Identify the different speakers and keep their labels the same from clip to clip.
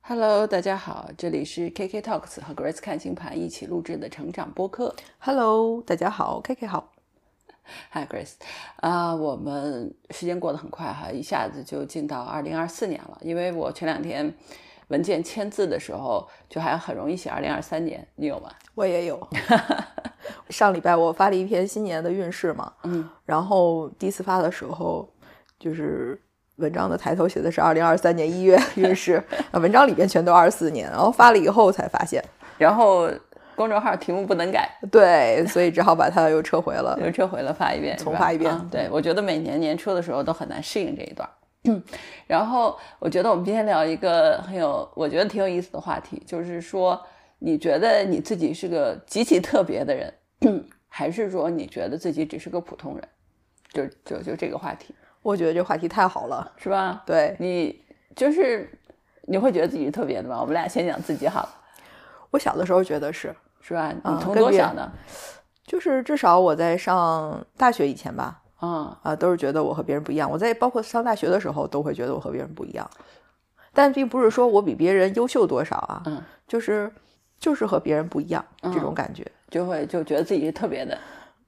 Speaker 1: Hello，大家好，这里是 KK Talks 和 Grace 看星盘一起录制的成长播客。
Speaker 2: Hello，大家好，K K 好。
Speaker 1: Hi Grace，啊、我们时间过得很快哈，一下子就进到二零二四年了。因为我前两天文件签字的时候，就还很容易写二零二三年，你有吗？
Speaker 2: 我也有。 上礼拜我发了一篇新年的运势嘛，
Speaker 1: 嗯，
Speaker 2: 然后第一次发的时候，就是文章的抬头写的是二零二三年一月运势， 啊文章里边全都二四年，然后发了以后才发现，
Speaker 1: 然后公众号题目不能改，
Speaker 2: 对，所以只好把它又撤回了。
Speaker 1: 就撤回了，发一遍，是吧
Speaker 2: 重发一遍嗯
Speaker 1: 啊对，我觉得每年年初的时候都很难适应这一段。 然后我觉得我们今天聊一个很有，我觉得挺有意思的话题，就是说，你觉得你自己是个极其特别的人， 还是说你觉得自己只是个普通人？就就就这个话题，
Speaker 2: 我觉得这话题太好了，
Speaker 1: 是吧？
Speaker 2: 对
Speaker 1: 你就是你会觉得自己是特别的吗？我们俩先讲自己好了，
Speaker 2: 我小的时候觉得是，
Speaker 1: 是吧？你
Speaker 2: 啊
Speaker 1: 从
Speaker 2: 跟
Speaker 1: 多
Speaker 2: 别
Speaker 1: 小
Speaker 2: 人
Speaker 1: 呢？
Speaker 2: 就是至少我在上大学以前吧，
Speaker 1: 嗯，
Speaker 2: 啊，都是觉得我和别人不一样。我在包括上大学的时候，都会觉得我和别人不一样，但并不是说我比别人优秀多少啊，
Speaker 1: 嗯
Speaker 2: 就是就是和别人不一样这
Speaker 1: 嗯
Speaker 2: 种感觉。
Speaker 1: 就会就觉得自己是特别的，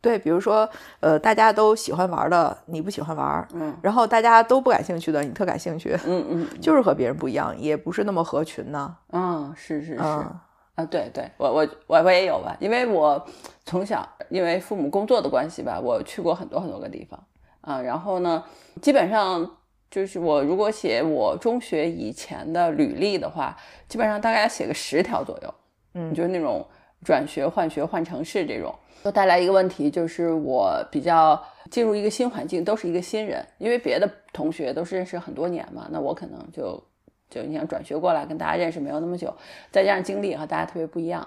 Speaker 2: 对，比如说，呃，大家都喜欢玩的，你不喜欢玩儿，
Speaker 1: 嗯
Speaker 2: 然后大家都不感兴趣的，你特感兴趣，
Speaker 1: 嗯嗯
Speaker 2: 就是和别人不一样，也不是那么合群呢。
Speaker 1: 嗯，是是是，
Speaker 2: 嗯，
Speaker 1: 啊，对对，我我我我也有吧，因为我从小因为父母工作的关系吧，我去过很多很多个地方啊。然后呢，基本上就是我如果写我中学以前的履历的话，基本上大概写个十条左右。
Speaker 2: 嗯
Speaker 1: 就是那种转学、换学、换城市这种，都带来一个问题，就是我比较进入一个新环境都是一个新人，因为别的同学都是认识很多年嘛，那我可能就就你想转学过来跟大家认识没有那么久，再加上经历和大家特别不一样，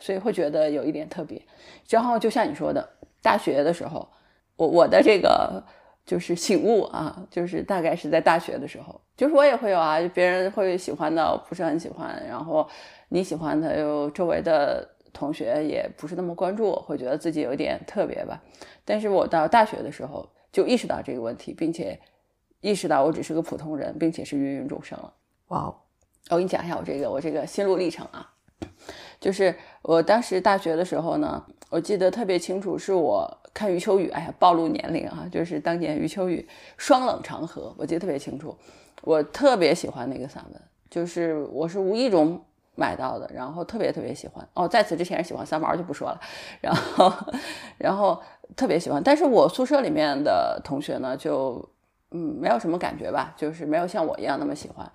Speaker 1: 所以会觉得有一点特别。然后就像你说的，大学的时候，我我的这个就是醒悟啊，就是大概是在大学的时候，就是我也会有啊，别人会喜欢的，我不是很喜欢，然后你喜欢的，又周围的同学也不是那么关注我，会觉得自己有点特别吧。但是我到大学的时候就意识到这个问题，并且意识到我只是个普通人，并且是芸芸众生了。
Speaker 2: 哇哦，
Speaker 1: 我给你讲一下我这个我这个心路历程啊，就是我当时大学的时候呢，我记得特别清楚，是我看余秋雨，哎呀，暴露年龄啊，就是当年余秋雨《双冷长河》，我记得特别清楚，我特别喜欢那个散文，就是我是无意中买到的，然后特别特别喜欢。哦，在此之前是喜欢三毛就不说了，然后 然后特别喜欢，但是我宿舍里面的同学呢，就嗯没有什么感觉吧，就是没有像我一样那么喜欢。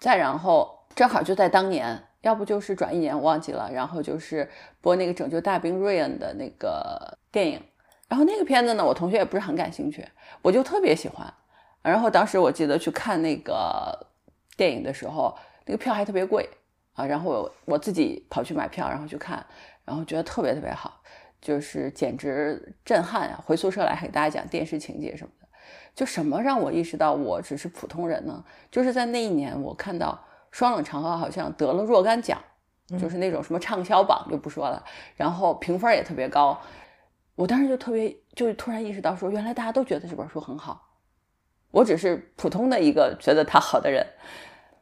Speaker 1: 再然后，正好就在当年，要不就是转一年，我忘记了。然后就是播那个《拯救大兵瑞恩》的那个电影，然后那个片子呢，我同学也不是很感兴趣，我就特别喜欢。然后当时我记得去看那个电影的时候，那个票还特别贵啊，然后我我自己跑去买票，然后去看，然后觉得特别特别好，就是简直震撼啊！回宿舍来给大家讲电视情节什么的，就什么让我意识到我只是普通人呢？就是在那一年，我看到《双冷长河》好像得了若干奖，
Speaker 2: 嗯
Speaker 1: 就是那种什么畅销榜就不说了，然后评分也特别高。我当时就特别，就突然意识到说，原来大家都觉得这本书很好，我只是普通的一个觉得它好的人。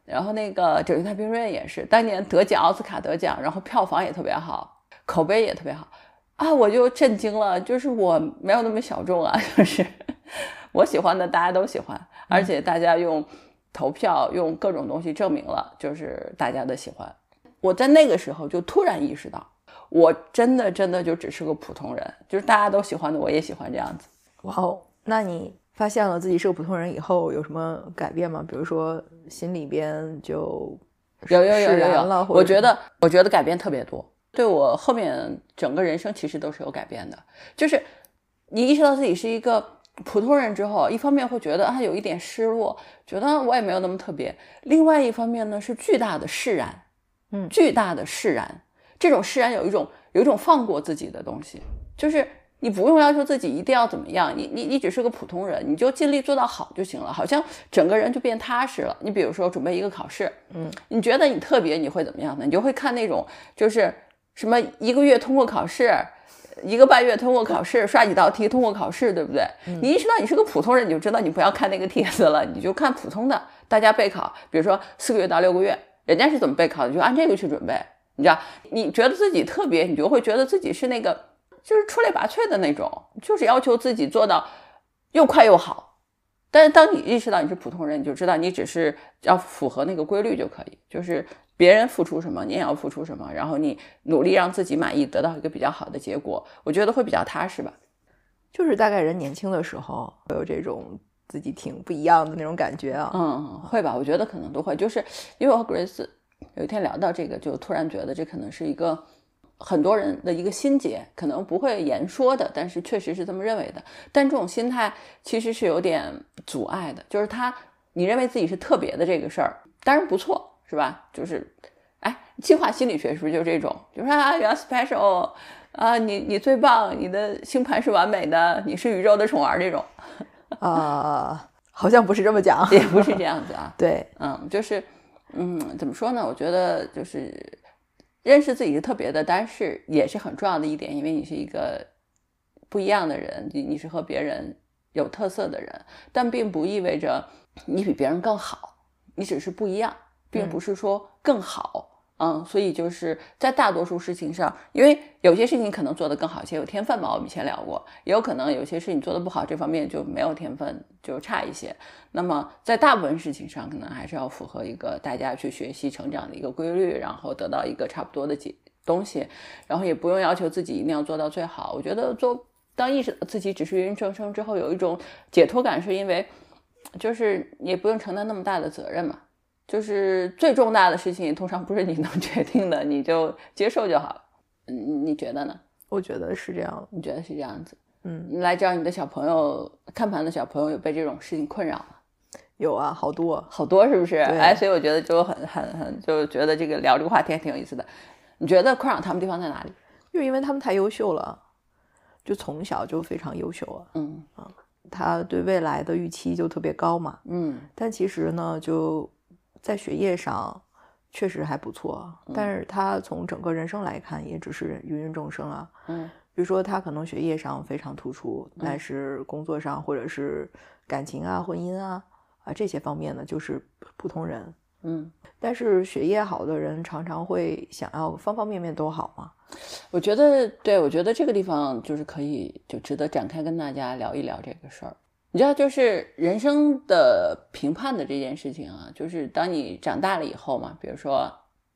Speaker 1: 然后那个《拯救太平瑞恩》也是，当年得奖，奥斯卡得奖，然后票房也特别好，口碑也特别好啊！我就震惊了，就是我没有那么小众啊，就是 我喜欢的大家都喜欢，而且大家用投票、用各种东西证明了，就是大家的喜欢。我在那个时候就突然意识到，我真的真的就只是个普通人，就是大家都喜欢的，我也喜欢这样子。
Speaker 2: 哇哦，那你发现了自己是个普通人以后有什么改变吗？比如说心里边就
Speaker 1: 有有有
Speaker 2: 释
Speaker 1: 有
Speaker 2: 然
Speaker 1: 有
Speaker 2: 了，，或
Speaker 1: 我
Speaker 2: 者
Speaker 1: 觉
Speaker 2: 是
Speaker 1: 得我觉得改变特别多，对我后面整个人生其实都是有改变的。就是你意识到自己是一个普通人之后，一方面会觉得啊有一点失落，觉得啊我也没有那么特别；另外一方面呢是巨大的释然，
Speaker 2: 嗯
Speaker 1: 巨大的释然。这种释然有一种有一种放过自己的东西，就是你不用要求自己一定要怎么样，你你你只是个普通人，你就尽力做到好就行了，好像整个人就变踏实了。你比如说准备一个考试，
Speaker 2: 嗯，
Speaker 1: 你觉得你特别，你会怎么样呢？你就会看那种就是什么一个月通过考试。一个半月通过考试，刷几道题通过考试，对不对？你意识到你是个普通人，你就知道你不要看那个帖子了，你就看普通的大家备考，比如说四个月到六个月，人家是怎么备考的，你就按这个去准备。你知道，你觉得自己特别，你就会觉得自己是那个就是出类拔萃的那种，就是要求自己做到又快又好。但是当你意识到你是普通人，你就知道你只是要符合那个规律就可以，就是别人付出什么，你也要付出什么，然后你努力让自己满意，得到一个比较好的结果，我觉得会比较踏实吧。
Speaker 2: 就是大概人年轻的时候会有这种自己挺不一样的那种感觉 啊。
Speaker 1: 嗯，会吧？我觉得可能都会，就是因为我和 Grace 有一天聊到这个，就突然觉得这可能是一个很多人的一个心结，可能不会言说的，但是确实是这么认为的。但这种心态其实是有点阻碍的，就是他你认为自己是特别的这个事儿，当然不错，是吧？就是，哎，进化心理学是不是就这种？就说啊，you are special，啊，你你最棒，你的星盘是完美的，你是宇宙的宠儿这种，
Speaker 2: 啊，好像不是这么讲。
Speaker 1: 也不是这样子啊。
Speaker 2: 对，
Speaker 1: 嗯，就是，嗯，怎么说呢？我觉得就是认识自己是特别的，但是也是很重要的一点，因为你是一个不一样的人，你你是和别人有特色的人，但并不意味着你比别人更好，你只是不一样，并不是说更好。嗯所以就是在大多数事情上，因为有些事情可能做得更好一些，有天分嘛，我们以前聊过，也有可能有些事情做得不好，这方面就没有天分，就差一些。那么在大部分事情上，可能还是要符合一个大家去学习成长的一个规律，然后得到一个差不多的结东西，然后也不用要求自己一定要做到最好。我觉得做当意识到自己只是芸芸众生之后，有一种解脱感，是因为就是也不用承担那么大的责任嘛。就是最重大的事情，通常不是你能 决定的，你就接受就好了。嗯，你觉得呢？
Speaker 2: 我觉得是这样。
Speaker 1: 你觉得是这样子？
Speaker 2: 嗯，
Speaker 1: 来找你的小朋友看盘的小朋友有被这种事情困扰吗？
Speaker 2: 有啊，好多。
Speaker 1: 好多是不是？
Speaker 2: 对
Speaker 1: 哎，所以我觉得就很很很，就觉得这个聊这个话题还挺有意思的。你觉得困扰他们地方在哪里？
Speaker 2: 就是因为他们太优秀了，就从小就非常优秀啊，
Speaker 1: 嗯
Speaker 2: 他对未来的预期就特别高嘛。
Speaker 1: 嗯
Speaker 2: 但其实呢，就在学业上确实还不错，啊但是他从整个人生来看，也只是芸芸众生啊。
Speaker 1: 嗯
Speaker 2: 比如说，他可能学业上非常突出，
Speaker 1: 嗯
Speaker 2: 但是工作上或者是感情啊、婚姻啊啊这些方面呢，就是普通人。
Speaker 1: 嗯，
Speaker 2: 但是学业好的人常常会想要方方面面都好嘛，
Speaker 1: 我觉得对，我觉得这个地方就是可以就值得展开跟大家聊一聊这个事儿。你知道，就是人生的评判的这件事情啊，就是当你长大了以后嘛，比如说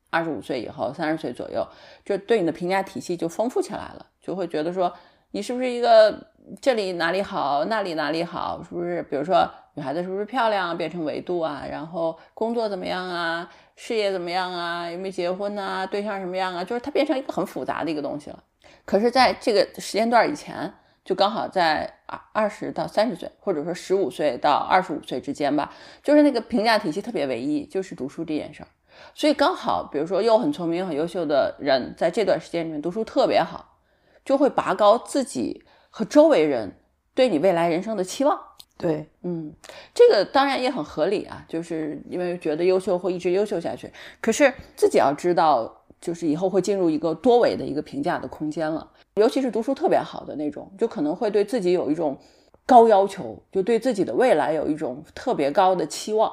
Speaker 1: 二十五岁以后、三十岁左右，就对你的评价体系就丰富起来了，就会觉得说你是不是一个这里哪里好，那里哪里好，是不是？比如说女孩子是不是漂亮啊，变成维度啊，然后工作怎么样啊，事业怎么样啊，有没有结婚啊，对象什么样啊，就是它变成一个很复杂的一个东西了。可是，在这个时间段以前，就刚好在二二十到三十岁，或者说十五岁到二十五岁之间吧，就是那个评价体系特别唯一，就是读书这件事儿。所以刚好，比如说又很聪明、很优秀的人，在这段时间里面读书特别好，就会拔高自己和周围人对你未来人生的期望。
Speaker 2: 对，
Speaker 1: 嗯，这个当然也很合理啊，就是因为觉得优秀会一直优秀下去。可是自己要知道，就是以后会进入一个多维的一个评价的空间了，尤其是读书特别好的那种，就可能会对自己有一种高要求，就对自己的未来有一种特别高的期望。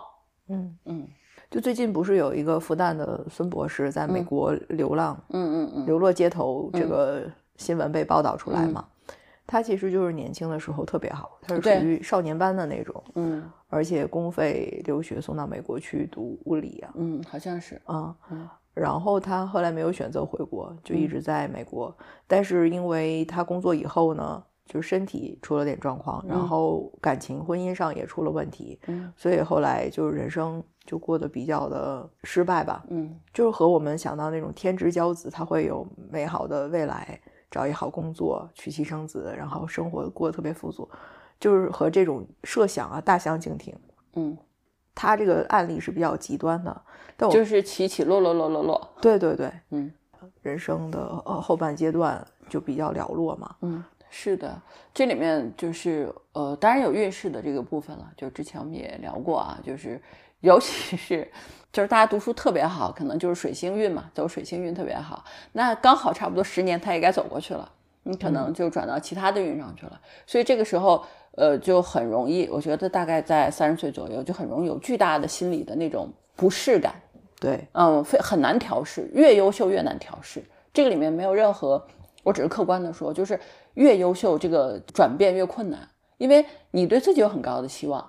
Speaker 2: 嗯
Speaker 1: 嗯
Speaker 2: 就最近不是有一个复旦的孙博士在美
Speaker 1: 嗯
Speaker 2: 国流浪，
Speaker 1: 嗯嗯嗯
Speaker 2: 流落街头这
Speaker 1: 嗯
Speaker 2: 个新闻被报道出来嘛？他其实就是年轻的时候特别好，他是属
Speaker 1: 对
Speaker 2: 于少年班的那种，
Speaker 1: 嗯
Speaker 2: 而且公费留学送到美国去读物理啊，
Speaker 1: 嗯，好像是。
Speaker 2: 啊、
Speaker 1: 嗯
Speaker 2: 然后他后来没有选择回国，就一
Speaker 1: 嗯
Speaker 2: 直在美国。但是因为他工作以后呢，就是身体出了点状况，然
Speaker 1: 嗯
Speaker 2: 后感情、婚姻上也出了问题，
Speaker 1: 嗯
Speaker 2: 所以后来就是人生就过得比较的失败吧。
Speaker 1: 嗯
Speaker 2: 就是和我们想到那种天之骄子，他会有美好的未来，找一好工作，娶妻生子，然后生活过得特别富足，就是和这种设想啊大相径庭。
Speaker 1: 嗯，
Speaker 2: 他这个案例是比较极端的，但我
Speaker 1: 就是起起落落落落落。
Speaker 2: 对对对，
Speaker 1: 嗯
Speaker 2: 人生的呃后半阶段就比较寥落嘛。
Speaker 1: 嗯，是的，这里面就是呃，当然有运势的这个部分了。就之前我们也聊过啊，就是尤其是就是大家读书特别好，可能就是水星运嘛，走水星运特别好。那刚好差不多十年，他也该走过去了，你可能就转到其他的运上去了。所以这个时候，呃，就很容易，我觉得大概在三十岁左右，就很容易有巨大的心理的那种不适感。
Speaker 2: 对，
Speaker 1: 嗯，非很难调试，越优秀越难调试。这个里面没有任何，我只是客观的说，就是越优秀这个转变越困难，因为你对自己有很高的期望，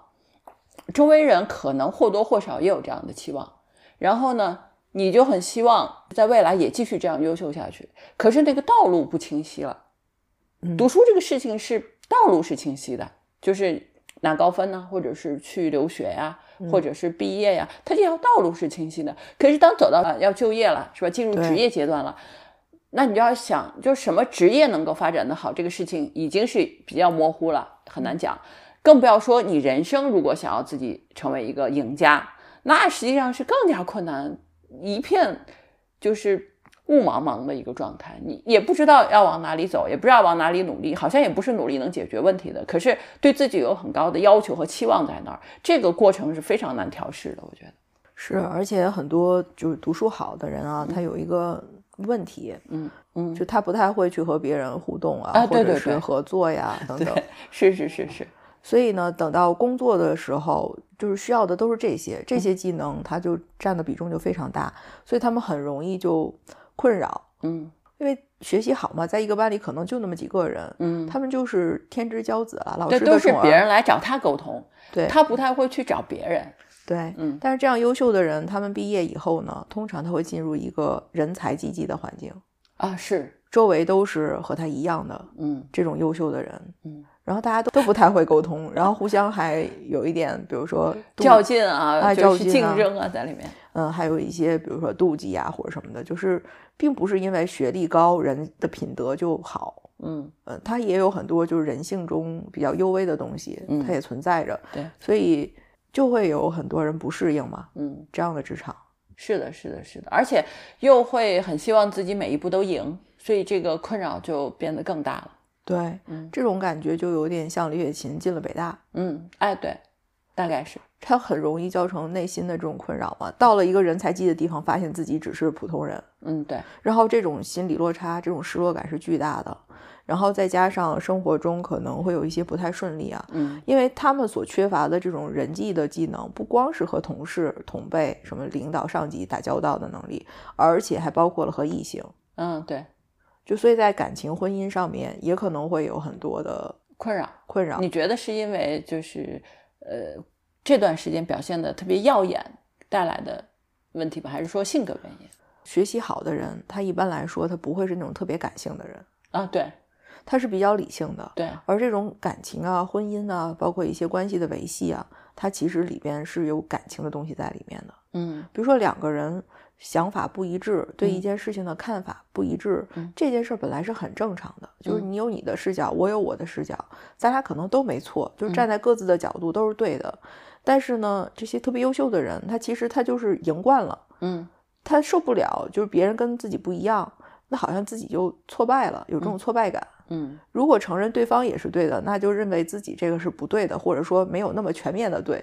Speaker 1: 周围人可能或多或少也有这样的期望，然后呢，你就很希望在未来也继续这样优秀下去，可是那个道路不清晰了。
Speaker 2: 嗯
Speaker 1: 读书这个事情是道路是清晰的，就是拿高分呢、或者是去留学呀、
Speaker 2: 嗯
Speaker 1: 或者是毕业呀、它这条道路是清晰的。可是当走到啊要就业了，是吧？进入
Speaker 2: 对
Speaker 1: 职业阶段了，那你就要想，就什么职业能够发展的好，这个事情已经是比较模糊了，很难
Speaker 2: 嗯
Speaker 1: 讲。更不要说你人生如果想要自己成为一个赢家，那实际上是更加困难，一片就是雾茫茫的一个状态，你也不知道要往哪里走，也不知道往哪里努力，好像也不是努力能解决问题的。可是对自己有很高的要求和期望在那儿，这个过程是非常难调试的，我觉得。
Speaker 2: 是，而且很多就是读书好的人啊，他有一个问题，
Speaker 1: 嗯嗯，
Speaker 2: 就他不太会去和别人互动啊，
Speaker 1: 啊对
Speaker 2: 或
Speaker 1: 对
Speaker 2: 者是
Speaker 1: 对
Speaker 2: 合作呀等等。
Speaker 1: 是是是是，
Speaker 2: 所以呢，等到工作的时候，就是需要的都是这些，这
Speaker 1: 嗯
Speaker 2: 些技能它就占的比重就非常大，所以他们很容易就困扰，
Speaker 1: 嗯
Speaker 2: 因为学习好嘛，在一个班里可能就那么几个人，
Speaker 1: 嗯，
Speaker 2: 他们就是天之骄子啊，老
Speaker 1: 这
Speaker 2: 师
Speaker 1: 都
Speaker 2: 的
Speaker 1: 是
Speaker 2: 宠
Speaker 1: 别
Speaker 2: 儿，
Speaker 1: 人来找他沟通，
Speaker 2: 对
Speaker 1: 他不太会去找别人。
Speaker 2: 对。
Speaker 1: 嗯
Speaker 2: 但是这样优秀的人，他们毕业以后呢，通常他会进入一个人才济济的环境，
Speaker 1: 啊是，
Speaker 2: 周围都是和他一样的
Speaker 1: 嗯
Speaker 2: 这种优秀的人，
Speaker 1: 嗯，
Speaker 2: 然后大家都都不太会沟通，然后互相还有一点，比如说妒
Speaker 1: 较劲啊，
Speaker 2: 哎
Speaker 1: 就
Speaker 2: 较
Speaker 1: 是
Speaker 2: 劲啊
Speaker 1: 竞争啊，在里面。
Speaker 2: 嗯，还有一些比如说妒忌啊或者什么的，就是并不是因为学历高人的品德就好，
Speaker 1: 嗯
Speaker 2: 嗯，它也有很多就是人性中比较幽微的东西，
Speaker 1: 嗯
Speaker 2: 它也存在着，
Speaker 1: 对，
Speaker 2: 所以就会有很多人不适应嘛，
Speaker 1: 嗯。
Speaker 2: 这样的职场，
Speaker 1: 是的，是的，是的，而且又会很希望自己每一步都赢，所以这个困扰就变得更大了。
Speaker 2: 对，
Speaker 1: 嗯
Speaker 2: 这种感觉就有点像李雪琴进了北大，
Speaker 1: 嗯，哎，对，大概是
Speaker 2: 她很容易造成内心的这种困扰嘛，到了一个人才济的地方，发现自己只是普通人，
Speaker 1: 嗯，对，
Speaker 2: 然后这种心理落差、这种失落感是巨大的，然后再加上生活中可能会有一些不太顺利啊，
Speaker 1: 嗯
Speaker 2: 因为他们所缺乏的这种人际的技能，不光是和同事、同辈、什么领导、上级打交道的能力，而且还包括了和异性，
Speaker 1: 嗯，对，
Speaker 2: 就所以在感情、婚姻上面也可能会有很多的
Speaker 1: 困扰，
Speaker 2: 困扰。
Speaker 1: 你觉得是因为就是呃这段时间表现的特别耀眼带来的问题吧，还是说性格原因？
Speaker 2: 学习好的人，他一般来说他不会是那种特别感性的人，
Speaker 1: 啊，对
Speaker 2: 他是比较理性的。
Speaker 1: 对，
Speaker 2: 而这种感情啊、婚姻啊，包括一些关系的维系啊，它其实里边是有感情的东西在里面的。
Speaker 1: 嗯
Speaker 2: 比如说两个人想法不一致，对一
Speaker 1: 嗯
Speaker 2: 件事情的看法不一致，
Speaker 1: 嗯
Speaker 2: 这件事儿本来是很正常的，就是
Speaker 1: 嗯
Speaker 2: 你有你的视角，我有我的视角，咱俩可能都没错，就是
Speaker 1: 嗯
Speaker 2: 站在各自的角度都是对的。但是呢，这些特别优秀的人，他其实他就是赢惯了，
Speaker 1: 嗯
Speaker 2: 他受不了，就是别人跟自己不一样，那好像自己就挫败了，有这种挫败感。
Speaker 1: 嗯
Speaker 2: 如果承认对方也是对的，那就认为自己这个是不对的，或者说没有那么全面的对。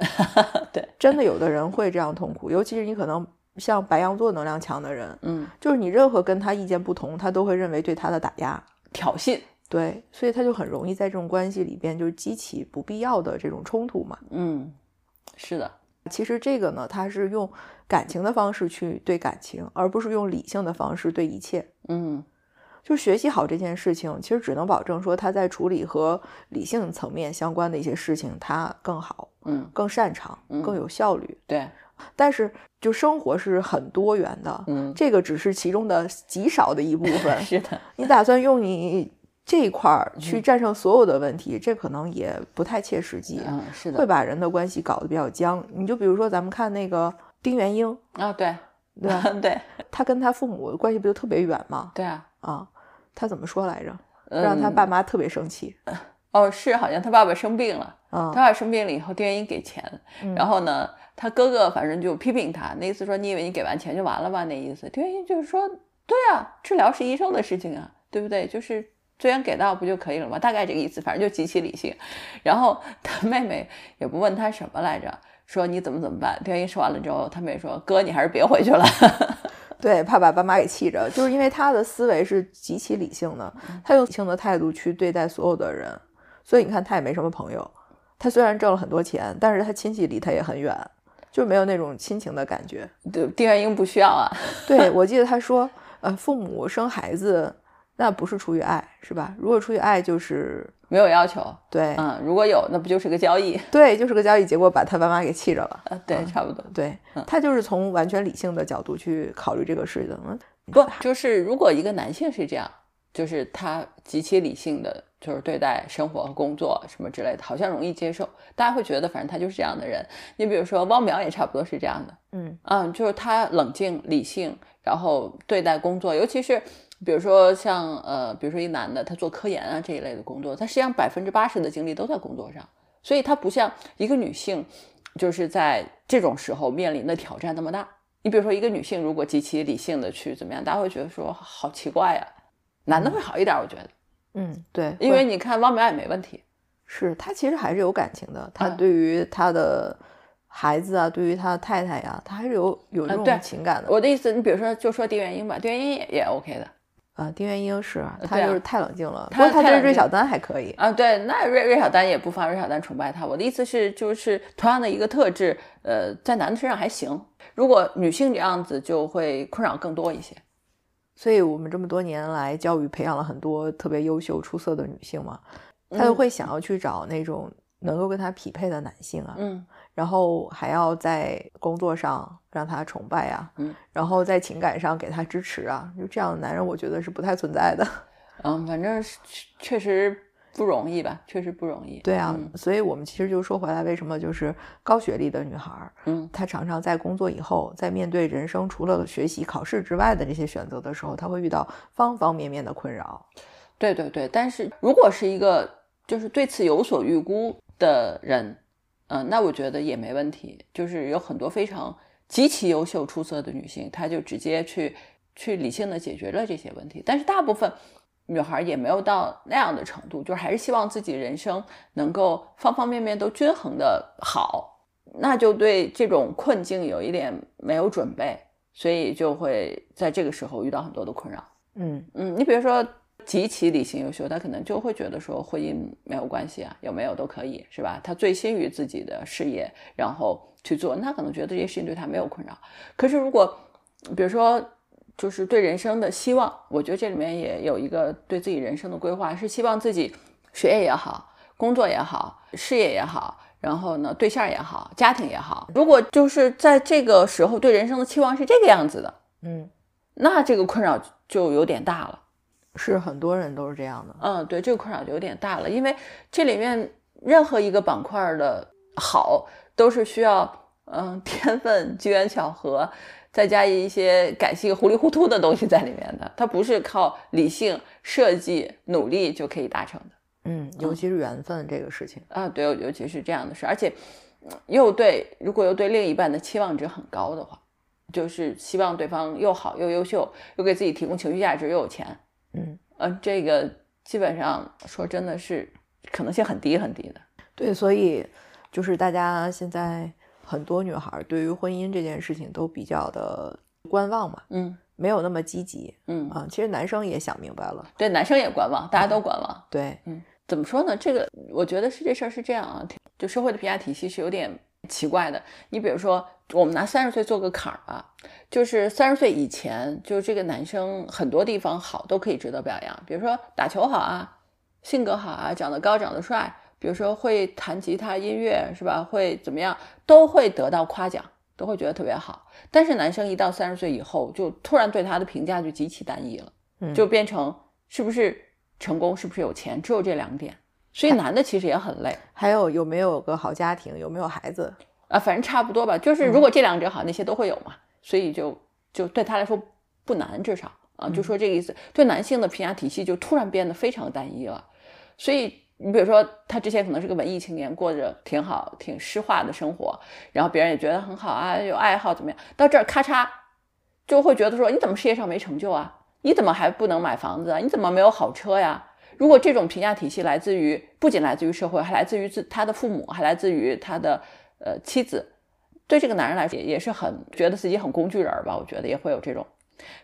Speaker 1: 对，
Speaker 2: 真的有的人会这样痛苦，尤其是你可能像白羊座能量强的人，
Speaker 1: 嗯，
Speaker 2: 就是你任何跟他意见不同，他都会认为对他的打压。
Speaker 1: 挑衅，
Speaker 2: 对，所以他就很容易在这种关系里边就激起不必要的这种冲突嘛。
Speaker 1: 嗯，是的，
Speaker 2: 其实这个呢，他是用感情的方式去对感情，而不是用理性的方式对一切。
Speaker 1: 嗯
Speaker 2: 就是学习好这件事情，其实只能保证说他在处理和理性层面相关的一些事情，他更好、
Speaker 1: 嗯，
Speaker 2: 更擅长、
Speaker 1: 嗯
Speaker 2: 更有效率。
Speaker 1: 对，
Speaker 2: 但是，就生活是很多元的，
Speaker 1: 嗯，
Speaker 2: 这个只是其中的极少的一部 分。
Speaker 1: 是的，
Speaker 2: 你打算用你这一块儿
Speaker 1: 嗯
Speaker 2: 去战胜所有的问题，这可能也不太切实际，
Speaker 1: 嗯是
Speaker 2: 会
Speaker 1: 的，
Speaker 2: 把人的关系搞得比较僵。你就比如说，咱们看那个丁元英，
Speaker 1: 啊对，
Speaker 2: 对吧？
Speaker 1: 对
Speaker 2: 他跟他父母关系不就特别远吗？
Speaker 1: 对啊，
Speaker 2: 啊，他怎么说来着？让
Speaker 1: 嗯
Speaker 2: 他爸妈特别生气。
Speaker 1: 哦，是，好像他爸爸生病了，
Speaker 2: 啊
Speaker 1: 他，爸爸生病了以后，丁元英给钱，
Speaker 2: 嗯
Speaker 1: 然后呢，他哥哥反正就批评他，那意思说你以为你给完钱就完了吧？那意思，丁元英就是说，对啊，治疗是医生的事情啊，对不对？就是资源给到不就可以了吗？大概这个意思，反正就极其理性。 然后他妹妹也不问他什么来着，说你怎么怎么办？丁元英说完了之后，他妹说哥，你还是别回去了。
Speaker 2: 对，怕把爸妈给气着，就是因为他的思维是极其理性的，
Speaker 1: 嗯
Speaker 2: 他用理性的态度去对待所有的人，所以你看他也没什么朋友。他虽然挣了很多钱，但是他亲戚离他也很远，就没有那种亲情的感觉。
Speaker 1: 对，丁元英不需要啊。
Speaker 2: 对我记得他说，呃，父母生孩子那不是出于爱，是吧？如果出于爱，就是
Speaker 1: 没有要求。
Speaker 2: 对、
Speaker 1: 嗯，如果有，那不就是个交易？
Speaker 2: 对，就是个交易，结果把他爸妈给气着了。
Speaker 1: 呃，对，差不多。
Speaker 2: 对
Speaker 1: 嗯
Speaker 2: 他就是从完全理性的角度去考虑这个事情嗯了。
Speaker 1: 不，就是如果一个男性是这样，就是他极其理性的，就是对待生活和工作什么之类的，好像容易接受，大家会觉得反正他就是这样的人。你比如说汪淼也差不多是这样的，
Speaker 2: 嗯
Speaker 1: 嗯，就是他冷静理性，然后对待工作，尤其是比如说像呃，比如说一男的，他做科研啊这一类的工作，他实际上百分之八十的精力都在工作上，所以他不像一个女性，就是在这种时候面临的挑战那么大。你比如说一个女性如果极其理性的去怎么样，大家会觉得说好奇怪呀、男的会好一点，我觉得，
Speaker 2: 嗯，对，
Speaker 1: 因为你看汪淼也没问题，
Speaker 2: 是他其实还是有感情的，他
Speaker 1: 嗯
Speaker 2: 对于他的孩子啊，对于他的太太呀、他还是有有这
Speaker 1: 嗯对
Speaker 2: 种情感的。
Speaker 1: 我的意思，你比如说就说丁元英吧，丁元英也也 OK 的
Speaker 2: 啊，丁元英是他
Speaker 1: 对啊
Speaker 2: 就是太冷静了，不
Speaker 1: 他
Speaker 2: 过他
Speaker 1: 太
Speaker 2: 对
Speaker 1: 冷
Speaker 2: 瑞
Speaker 1: 静
Speaker 2: 小丹还可以。
Speaker 1: 啊，对，那瑞瑞小丹也不乏瑞小丹崇拜他。我的意思是，就是同样的一个特质，呃，在男的身上还行，如果女性这样子就会困扰更多一些。
Speaker 2: 所以我们这么多年来教育培养了很多特别优秀出色的女性嘛，她
Speaker 1: 嗯
Speaker 2: 就会想要去找那种能够跟她匹配的男性啊，
Speaker 1: 嗯，
Speaker 2: 然后还要在工作上让他崇拜啊，
Speaker 1: 嗯
Speaker 2: 然后在情感上给他支持啊，就这样的男人我觉得是不太存在的。
Speaker 1: 嗯，反正是确实不容易吧，确实不容易。
Speaker 2: 对啊，
Speaker 1: 嗯
Speaker 2: 所以我们其实就说回来，为什么就是高学历的女孩儿，
Speaker 1: 嗯
Speaker 2: 她常常在工作以后，在面对人生除了学习、考试之外的这些选择的时候，她会遇到方方面面的困扰。
Speaker 1: 对对对。但是如果是一个就是对此有所预估的人，嗯、那我觉得也没问题。就是有很多非常极其优秀、出色的女性，她就直接去去理性的解决了这些问题。但是大部分女孩也没有到那样的程度，就是还是希望自己人生能够方方面面都均衡的好，那就对这种困境有一点没有准备，所以就会在这个时候遇到很多的困扰。
Speaker 2: 嗯，
Speaker 1: 嗯，你比如说极其理性优秀，他可能就会觉得说婚姻没有关系啊，有没有都可以，是吧？他醉心于自己的事业，然后去做，那可能觉得这些事情对他没有困扰。可是如果比如说就是对人生的希望，我觉得这里面也有一个对自己人生的规划，是希望自己学业也好，工作也好，事业也好。然后呢，对象也好，家庭也好，如果就是在这个时候对人生的期望是这个样子的，
Speaker 2: 嗯，
Speaker 1: 那这个困扰就有点大了。
Speaker 2: 是很多人都是这样的。
Speaker 1: 嗯，对，这个困扰就有点大了，因为这里面任何一个板块儿的好都是需要嗯天分、 机缘巧合，再加一些感性、糊里糊涂的东西在里面的，它不是靠理性设计、努力就可以达成的。
Speaker 2: 嗯，尤其是缘分这个事情。
Speaker 1: 啊，对，尤其是这样的事，而且嗯又对，如果又对另一半的期望值很高的话，就是希望对方又好又优秀，又给自己提供情绪价值，又有钱，
Speaker 2: 嗯，
Speaker 1: 呃，这个基本上说真的是可能性很低很低的。
Speaker 2: 对，所以就是大家现在很多女孩儿对于婚姻这件事情都比较的观望嘛，
Speaker 1: 嗯
Speaker 2: 没有那么积极
Speaker 1: 嗯，
Speaker 2: 啊。其实男生也想明白了，
Speaker 1: 对，男生也观望，大家都观望。
Speaker 2: 对，
Speaker 1: 怎么说呢？这个我觉得是这事儿是这样啊，就社会的评价体系是有点奇怪的。你比如说，我们拿三十岁做个坎儿吧，就是三十岁以前，就是这个男生很多地方好都可以值得表扬，比如说打球好啊，性格好啊，长得高，长得帅，比如说会弹吉他、音乐是吧？会怎么样，都会得到夸奖，都会觉得特别好。但是男生一到三十岁以后，就突然对他的评价就极其单一了。
Speaker 2: 嗯
Speaker 1: 就变成是不是成功，是不是有钱，只有这两点。所以男的其实也很累
Speaker 2: 还有有没有个好家庭，有没有孩子？
Speaker 1: 啊，反正差不多吧。就是如果这两者好，那些都会有嘛。所以就就对他来说不难，至少啊，就说这个意思。对男性的评价体系就突然变得非常单一了。所以你比如说，他之前可能是个文艺青年，过着挺好、挺诗化的生活，然后别人也觉得很好啊，有爱好怎么样？到这儿咔嚓，就会觉得说你怎么事业上没成就啊？你怎么还不能买房子啊？你怎么没有好车呀？如果这种评价体系来自于不仅来自于社会，还来自于自他的父母，还来自于他的呃妻子，对这个男人来说也也是很觉得自己很工具人儿吧？我觉得也会有这种。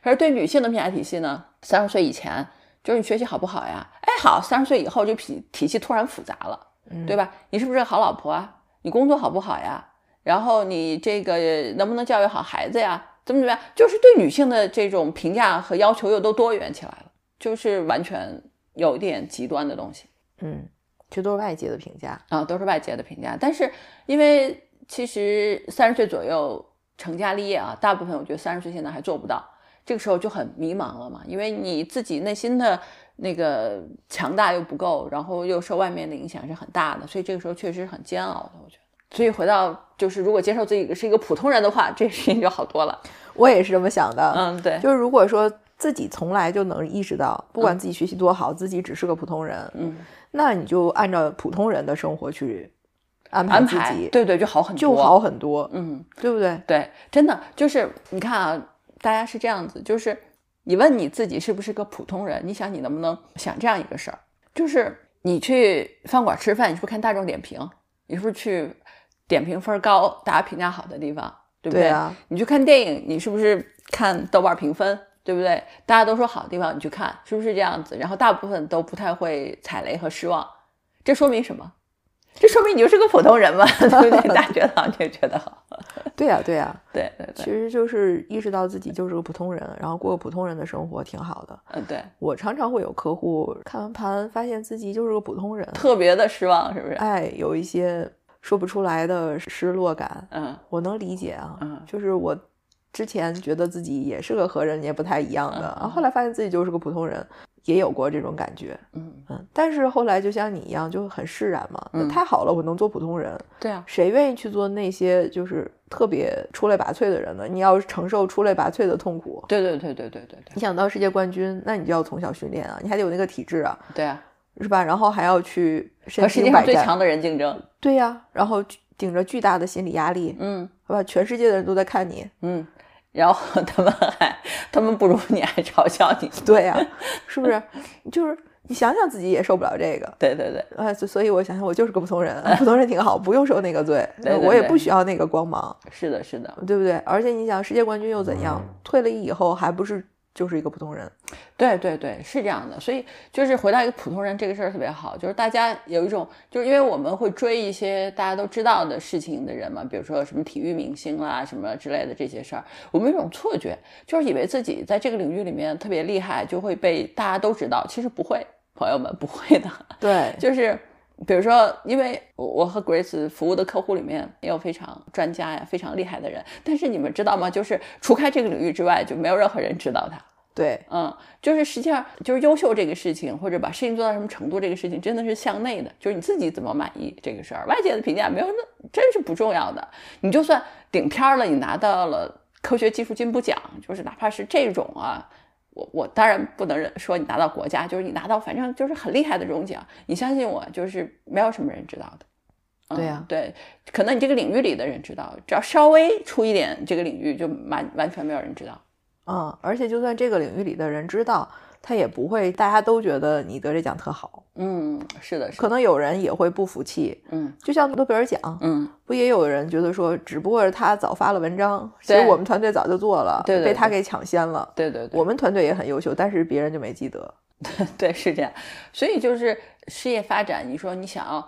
Speaker 1: 可是对女性的评价体系呢，三十岁以前就是你学习好不好呀？哎，好，三十岁以后这体体系突然复杂了，对吧？你是不是个好老婆啊？你工作好不好呀？然后你这个能不能教育好孩子呀？怎么怎么样？就是对女性的这种评价和要求又都多元起来了，就是完全有一点极端的东西
Speaker 2: 嗯，这都是外界的评价。
Speaker 1: 啊，都是外界的评价。但是因为其实三十岁左右成家立业啊，大部分我觉得三十岁现在还做不到，这个时候就很迷茫了嘛，因为你自己内心的那个强大又不够，然后又受外面的影响是很大的，所以这个时候确实很煎熬的，我觉得。所以回到就是，如果接受自己是一个普通人的话，这事情就好多了。
Speaker 2: 我也是这么想的。
Speaker 1: 嗯，对，
Speaker 2: 啊就是如果说自己从来就能意识到，不管自己学习多好，自己只是个普通人，
Speaker 1: 嗯，
Speaker 2: 那你就按照普通人的生活去安排
Speaker 1: 安
Speaker 2: 自
Speaker 1: 排
Speaker 2: 己，
Speaker 1: 对对就好很多，
Speaker 2: 就好，很多，
Speaker 1: 嗯。
Speaker 2: 对不对？
Speaker 1: 对，真的就是你看啊，大家是这样子，就是你问你自己是不是个普通人，你想你能不能想这样一个事儿，就是你去饭馆吃饭，你是不是看大众点评，你是不是去点评分高、大家评价好的地方，对不
Speaker 2: 对啊
Speaker 1: 你去看电影，你是不是看豆瓣评分？对不对？大家都说好的地方，你去看，是不是这样子？然后大部分都不太会踩雷和失望，这说明什么？这说明你就是个普通人嘛， 对不对？大家觉得好，你也觉得好，
Speaker 2: 对啊呀、对呀、
Speaker 1: 对对 对
Speaker 2: 其，实就是意识到自己就是个普通人，然后过个普通人的生活挺好的。
Speaker 1: 嗯，对，
Speaker 2: 我常常会有客户看完盘，发现自己就是个普通人，
Speaker 1: 特别的失望，是不是？
Speaker 2: 哎，有一些说不出来的失落感，
Speaker 1: 嗯
Speaker 2: 我能理解啊。
Speaker 1: 嗯
Speaker 2: 就是我之前觉得自己也是个和人也不太一样的，
Speaker 1: 嗯
Speaker 2: 然后后来发现自己就是个普通人，也有过这种感觉。
Speaker 1: 嗯，
Speaker 2: 嗯，但是后来就像你一样，就很释然嘛。那
Speaker 1: 嗯
Speaker 2: 太好了，我能做普通人，
Speaker 1: 对啊，
Speaker 2: 谁愿意去做那些就是特别出类拔萃的人呢？你要承受出类拔萃的痛苦。
Speaker 1: 对对对对对对对
Speaker 2: 你想当世界冠军，那你就要从小训练啊，你还得有那个体质啊，
Speaker 1: 对啊，
Speaker 2: 是吧？然后还要去身
Speaker 1: 和世界
Speaker 2: 经
Speaker 1: 上
Speaker 2: 百
Speaker 1: 最
Speaker 2: 战，
Speaker 1: 强的人竞争，
Speaker 2: 对呀、然后顶着巨大的心理压力，
Speaker 1: 嗯
Speaker 2: 好吧，全世界的人都在看你，
Speaker 1: 嗯，然后 他们还他们不如你，还嘲笑你，
Speaker 2: 对呀、是不是？ 就是你想想自己也受不了这个，
Speaker 1: 对对对
Speaker 2: 哎，所所以我想想，我就是个普通人，普通人挺好，不用受那个罪，
Speaker 1: 对对
Speaker 2: 我也
Speaker 1: 对
Speaker 2: 不需要那个光芒，
Speaker 1: 是的，是的，
Speaker 2: 对不对？而且你想，世界冠军又怎样？退了役以后还不是就是一个普通人？
Speaker 1: 对对对，是这样的。所以就是回到一个普通人这个事儿特别好，就是大家有一种，就是因为我们会追一些大家都知道的事情的人嘛，比如说什么体育明星啦，什么之类的这些事儿，我们有一种错觉，就是以为自己在这个领域里面特别厉害，就会被大家都知道，其实不会，朋友们不会的。
Speaker 2: 对，
Speaker 1: 就是比如说，因为我我和 Grace 服务的客户里面也有非常专家呀、非常厉害的人，但是你们知道吗？就是除开这个领域之外，就没有任何人知道他。
Speaker 2: 对，
Speaker 1: 嗯，就是实际上就是优秀这个事情，或者把事情做到什么程度这个事情，真的是向内的，就是你自己怎么满意这个事儿，外界的评价没有那真是不重要的。你就算顶天儿了，你拿到了科学技术进步奖，就是哪怕是这种啊。我我当然不能认说你拿到国家，就是你拿到反正就是很厉害的这种奖，你相信我，就是没有什么人知道的。嗯
Speaker 2: 对呀
Speaker 1: 对，可能你这个领域里的人知道，只要稍微出一点这个领域，就完完全没有人知道。
Speaker 2: 嗯，而且就算这个领域里的人知道，他也不会大家都觉得你得这奖特好，
Speaker 1: 嗯，是的，是的，
Speaker 2: 可能有人也会不服气，
Speaker 1: 嗯
Speaker 2: 就像诺贝尔奖，
Speaker 1: 嗯，
Speaker 2: 不也有人觉得说，只不过是他早发了文章，其
Speaker 1: 对
Speaker 2: 实我们团队早就做了，
Speaker 1: 对对
Speaker 2: 被他
Speaker 1: 对
Speaker 2: 给抢先了。
Speaker 1: 对对对，
Speaker 2: 我们团队也很优秀，但是别人就没记得。
Speaker 1: 对是这样，所以就是事业发展，你说你想要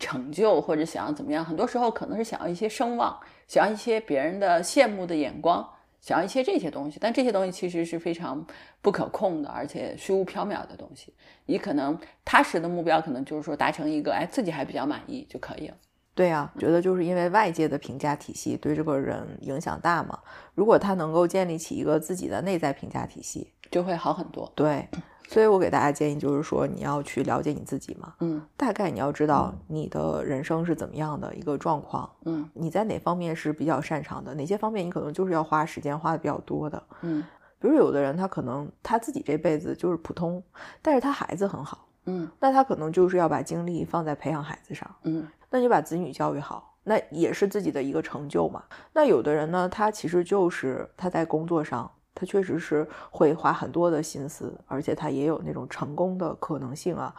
Speaker 1: 成就或者想要怎么样，很多时候可能是想要一些声望，想要一些别人的羡慕的眼光，想要一些这些东西，但这些东西其实是非常不可控的，而且虚无缥缈的东西。你可能踏实的目标，可能就是说达成一个，哎，自己还比较满意就可以了。
Speaker 2: 对呀、觉得就是因为外界的评价体系对这个人影响大嘛。如果他能够建立起一个自己的内在评价体系，
Speaker 1: 就会好很多，
Speaker 2: 对，所以我给大家建议就是说，你要去了解你自己嘛，
Speaker 1: 嗯
Speaker 2: 大概你要知道你的人生是怎么样的一个状况，
Speaker 1: 嗯
Speaker 2: 你在哪方面是比较擅长的，哪些方面你可能就是要花时间花的比较多的。
Speaker 1: 嗯
Speaker 2: 比如有的人他可能他自己这辈子就是普通，但是他孩子很好，
Speaker 1: 嗯
Speaker 2: 那他可能就是要把精力放在培养孩子上，
Speaker 1: 嗯
Speaker 2: 那你把子女教育好，那也是自己的一个成就嘛。那有的人呢，他其实就是他在工作上，他确实是会花很多的心思，而且他也有那种成功的可能性啊。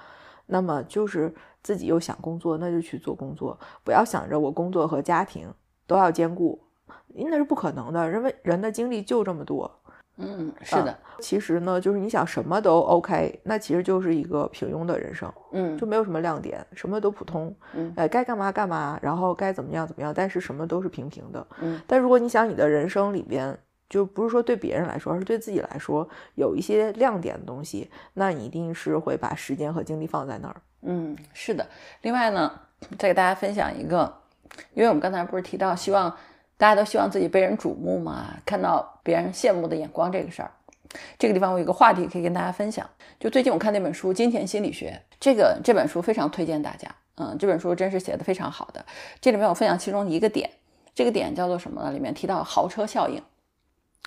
Speaker 2: 那么就是自己又想工作，那就去做工作，不要想着我工作和家庭都要兼顾，那是不可能的。人为人的精力就这么多，
Speaker 1: 嗯，是的，
Speaker 2: 其实呢，就是你想什么都 OK，那其实就是一个平庸的人生，
Speaker 1: 嗯
Speaker 2: 就没有什么亮点，什么都普通，
Speaker 1: 嗯
Speaker 2: 呃，该干嘛干嘛，然后该怎么样怎么样，但是什么都是平平的。
Speaker 1: 嗯，
Speaker 2: 但如果你想你的人生里边，就不是说对别人来说，而是对自己来说有一些亮点的东西，那你一定是会把时间和精力放在那儿。
Speaker 1: 嗯，是的。另外呢，再给大家分享一个，因为我们刚才不是提到，希望大家都希望自己被人瞩目嘛，看到别人羡慕的眼光这个事儿。这个地方我有一个话题可以跟大家分享，就最近我看那本书《金钱心理学》，这个这本书非常推荐大家。嗯，这本书真是写的非常好的。这里面我分享其中一个点，这个点叫做什么呢？里面提到豪车效应。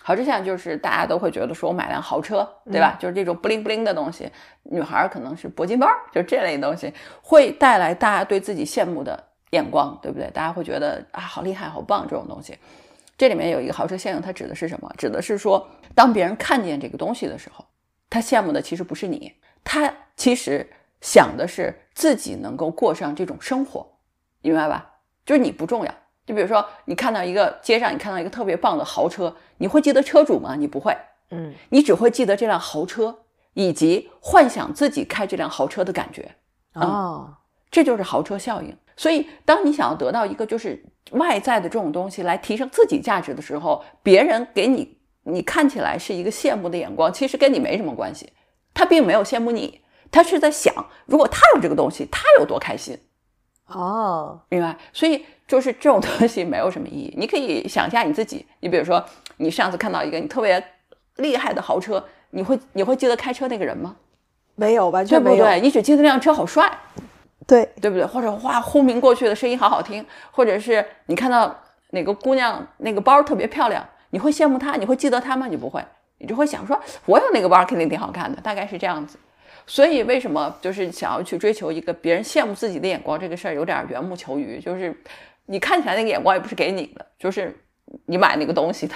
Speaker 1: 豪车效应就是大家都会觉得说我买辆豪车，对吧？就是这种不灵不灵的东西，女孩儿可能是铂金包，就这类东西，会带来大家对自己羡慕的眼光，对不对？大家会觉得啊，好厉害，好棒这种东西。这里面有一个豪车效应，它指的是什么？指的是说，当别人看见这个东西的时候，他羡慕的其实不是你，他其实想的是自己能够过上这种生活，你明白吧？就是你不重要。就比如说，你看到一个街上，你看到一个特别棒的豪车，你会记得车主吗？你不会，
Speaker 2: 嗯
Speaker 1: 你只会记得这辆豪车，以及幻想自己开这辆豪车的感觉。
Speaker 2: 哦，
Speaker 1: 这就是豪车效应。所以，当你想要得到一个就是外在的这种东西来提升自己价值的时候，别人给你你看起来是一个羡慕的眼光，其实跟你没什么关系。他并没有羡慕你，他是在想，如果他有这个东西，他有多开心。
Speaker 2: 哦，
Speaker 1: 明白？所以就是这种东西没有什么意义。你可以想一下你自己，你比如说，你上次看到一个你特别厉害的豪车，你会你会记得开车那个人吗？
Speaker 2: 没有，完
Speaker 1: 对
Speaker 2: 全
Speaker 1: 不
Speaker 2: 没有，
Speaker 1: 对？你只记得那辆车好帅，
Speaker 2: 对
Speaker 1: 对不对？或者哇，轰鸣过去的声音好好听，或者是你看到哪个姑娘那个包特别漂亮，你会羡慕她，你会记得她吗？你不会，你就会想说，我有那个包肯定挺好看的，大概是这样子。所以为什么就是想要去追求一个别人羡慕自己的眼光这个事儿，有点缘木求鱼，就是你看起来那个眼光也不是给你的，就是你买那个东 西的。